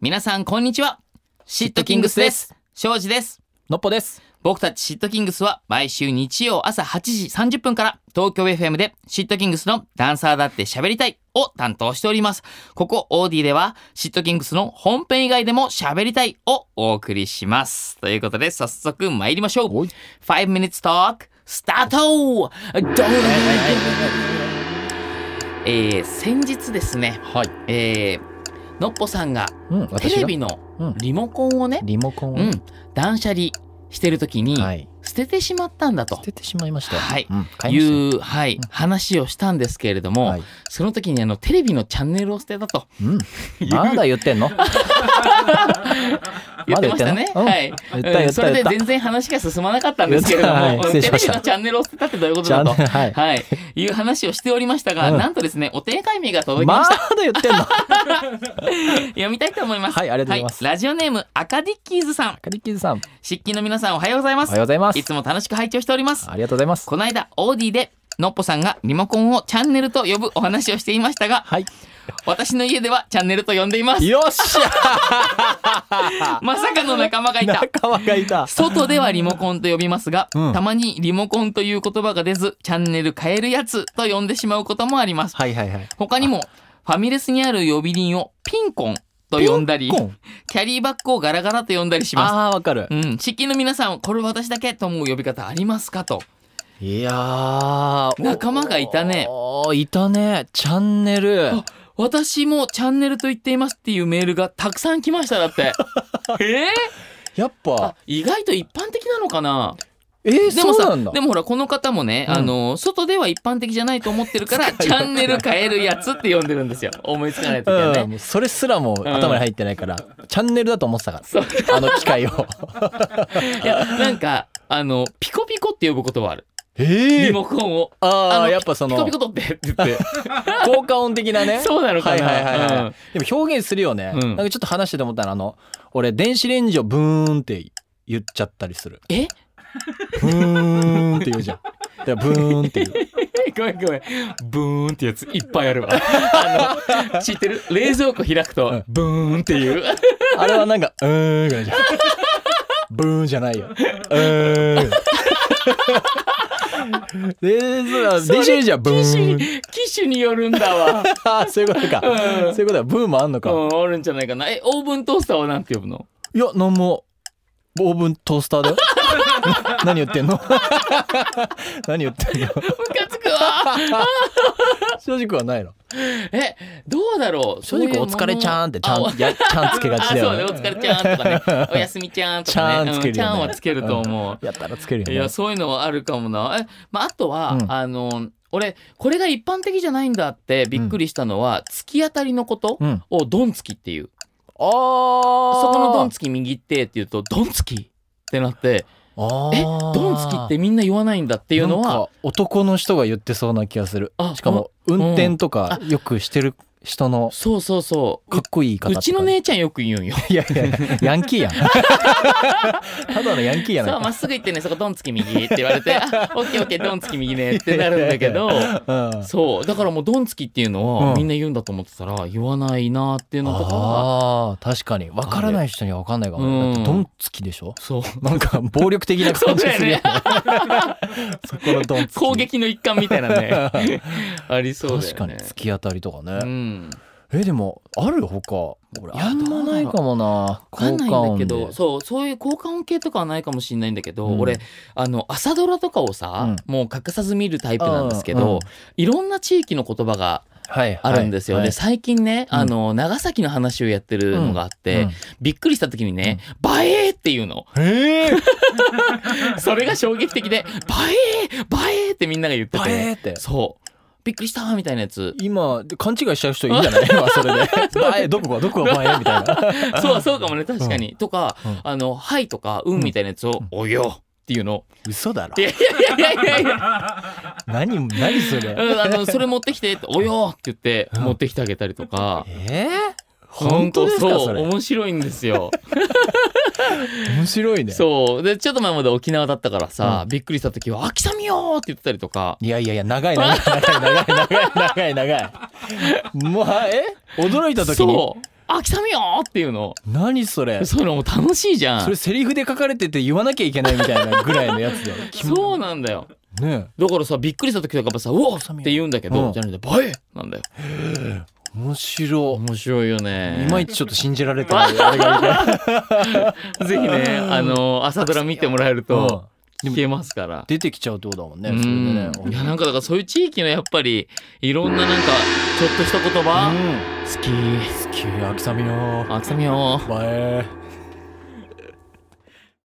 皆さんこんにちはシットキングスです庄司ですのっぽです。僕たちシットキングスは毎週日曜朝8時30分から東京 FM でシットキングスのダンサーだって喋りたいを担当しております。ここオーディではシットキングスの本編以外でも喋りたいをお送りします。ということで早速参りましょう。おい5 minutes talk スタートどうえー、先日ですね、はい。えー、のっぽさんがうん、テ私レがビのうんリモコンをね、リモコンをうねん、断捨離してる時にはい捨ててしまったんだと捨ててしまいましたよ。はいうん、買いましいう、はい、話をしたんですけれどたも、よはい。その時にあのテレビのチャンネルを捨てたと うん。なんだ言ってんの？言ってましたね。まだは言い言ったう言んっそたれ言でった。全然話が進まなかったんですけれども、はい失礼テレビしのまチしたャンネルを捨てたってどういうことじゃだあとね、。はい。はい、いう話をしておりましたが、うんなんとですね、お手紙が届きまましだた。言っ てんの？読みたいと思います。はいありがとうございますラジオネーム、アカディッキーズさん。カリキズさん、漆器の皆さん、おはようございまおす。はようございますい。つも楽しく拝聴しております。ありがとうございます。この間、オーディで、のっぽさんがリモコンをチャンネルと呼ぶお話をしていましたが、 はい。私の家ではチャンネルと呼んでいます。よっしまさかの仲間がゃ。いた。仲間が いた。外ではリモコンと呼びますが、うんたまにリモコンという言葉が出ず、チャンネル変えるやつと呼んでしまうこともあります。はいはいはい。他にも、ファミレスにある呼び鈴をピンコンと呼んだりピン、コンキャリーバッグをガラガラと呼んだりします。ああわかるう。ん、漆器の皆さん、これ私だけと思う呼び方ありますかと。いやー 仲間がいたねおーいたね。チャンネル。私もチャンネルと言っていますっていうメールがたくさん来ましただ って。えやっー、ぱあ。意外と一般的なのかなえー、でもそうなさんだ。でもほらこの方もね、うんあの外では一般的じゃないと思ってるからチャンネル変えるやつって呼んでるんですよ思いつかない時はうね。ん、それすらも頭に入ってないから、チャンネルだと思ってたからそうあの機械をいやなんかあのピコピコって呼ぶことはあるえリモコンを。ああのあやっぱそピコのピコ取ってって言 って効果音的なね そうなのかなはいはいはい、はういでも表現するよね、うんなんかちょっと話してて思ったらあの俺電子レンジをブーンって言っちゃったりするえブーンって言うじゃんだからブーンって言うごめんごめんブーンってやついっぱいあるわあの知ってる冷蔵庫開くうとんブーンっていうあれはなんかうーんぐらいじゃんブーンじゃないよう ーんでそう電子レンジはブーン機種によるんだわ。あーそういうことか。うんそういうことか。ブームあんのうか。ん、あるんじゃないかな。え、オーブントースターはなんて呼ぶのいや、なんも、オーブントースターだよ。 何言ってんの 何言ってんの ムカつくわ。正直はないの。え、どうだろう。正直お疲れちゃーんって、ちゃん、や、ちゃんつけがあ、ちおだそうね、よおね。疲れちゃーんとか ね。おやすみちゃーんとかね。ちゃんつうけんるちよねゃんはつけると思やったらつけう。るよいね。や、そういうのはあるかもな。え、まあ、あとはう、んあの、俺、これが一般的じゃないんだってびっくりしたのは、突き当たりのことうん。あをドンつきっていう。あーそこのドンつき右ってって言うと、ドンつきってなって、あーえ、ドンつきってみんな言わないんだっていうのなはん、か男の人が言ってそうな気がする。あしかも、運転とかよくしてる人のそうそうそう。かっこいい言い方うとか。ちの姉ちゃんよく言うんよ。いやいやいや、ヤンキ ーやん。ただのヤンキーやないそう、かまっすぐ行ってね、そこドンつき右って言われ て、あオッケーオッケー、ドンつき右ねってなるんだけ ど、うんそう、だからもうドンつきっていうのはうんみんな言うんだと思ってたら、言わないなっていうのとかは、あー確かに分からない人には分かんないかもうんねだってドンつきでしょ そう。なんか暴力的なそう感じだすよるよねね。そこのドンつき攻撃の一環みたいなね。 ありそうだ確よかにね。突き当たりとかね、うん。えでもある他俺いやあんまないかもなわかんないんだけど、効そう、そういう効果音系とかはないかもしれないんだけど、うん俺、あの、朝ドラとかをさ、もう欠かさず見るタイプなんですけど、うんうんいろんな地域の言葉が果音ではいあるんですよね。はいで最近ね、うんあの、長崎の話をやってるのがあって、びっくりした時にね、バエーっていうの。うんえー、それが衝撃的で、バエーバエーってみんなが言ってパエて。ーってそう。びっくりしたみたいなやつ。今勘違いしちゃう人いるんじゃない今それで 「パエーどこがどこがパエー」みたいなそう、そうかもね、確かに。とかうん、あの、はいとか、うんみたいなやつを、およっていうの。嘘だろいやいやいやいやいや、 何何それうんあの、それ持ってきて、およって言って、うん持ってきてあげたりとか。えー、本当ですほんかとそそう、れ面白いんですよ。面白いねそうでちょっと前まで沖縄だったからさ、びっくりした時は「秋雨よ!」って言ってたりとかいやいやいや、長い 長い長い長い長い長い長い。もう、え驚いた時に。そう「秋雨よっていうの何それそういうのも楽しいじゃそれんセリフで書かれてて言わなきゃいけないみたいなぐらいのや つだよそうなんだよねだからさびっくりした時とかもさ「うおっ!」って言うんだけど、うんじゃなくて「ばえ!」なんだよえ面白面白いよねいまいちちょっと信じられてないあれがいてぜひねあの朝ドラ見てもらえる とうん聞けますから出てきちゃうってことだもんねうそれでねんいやなんかだからそういう地域のやっぱりいろんななんかちょっとした言葉うん好き好き秋雨よあつみよバえ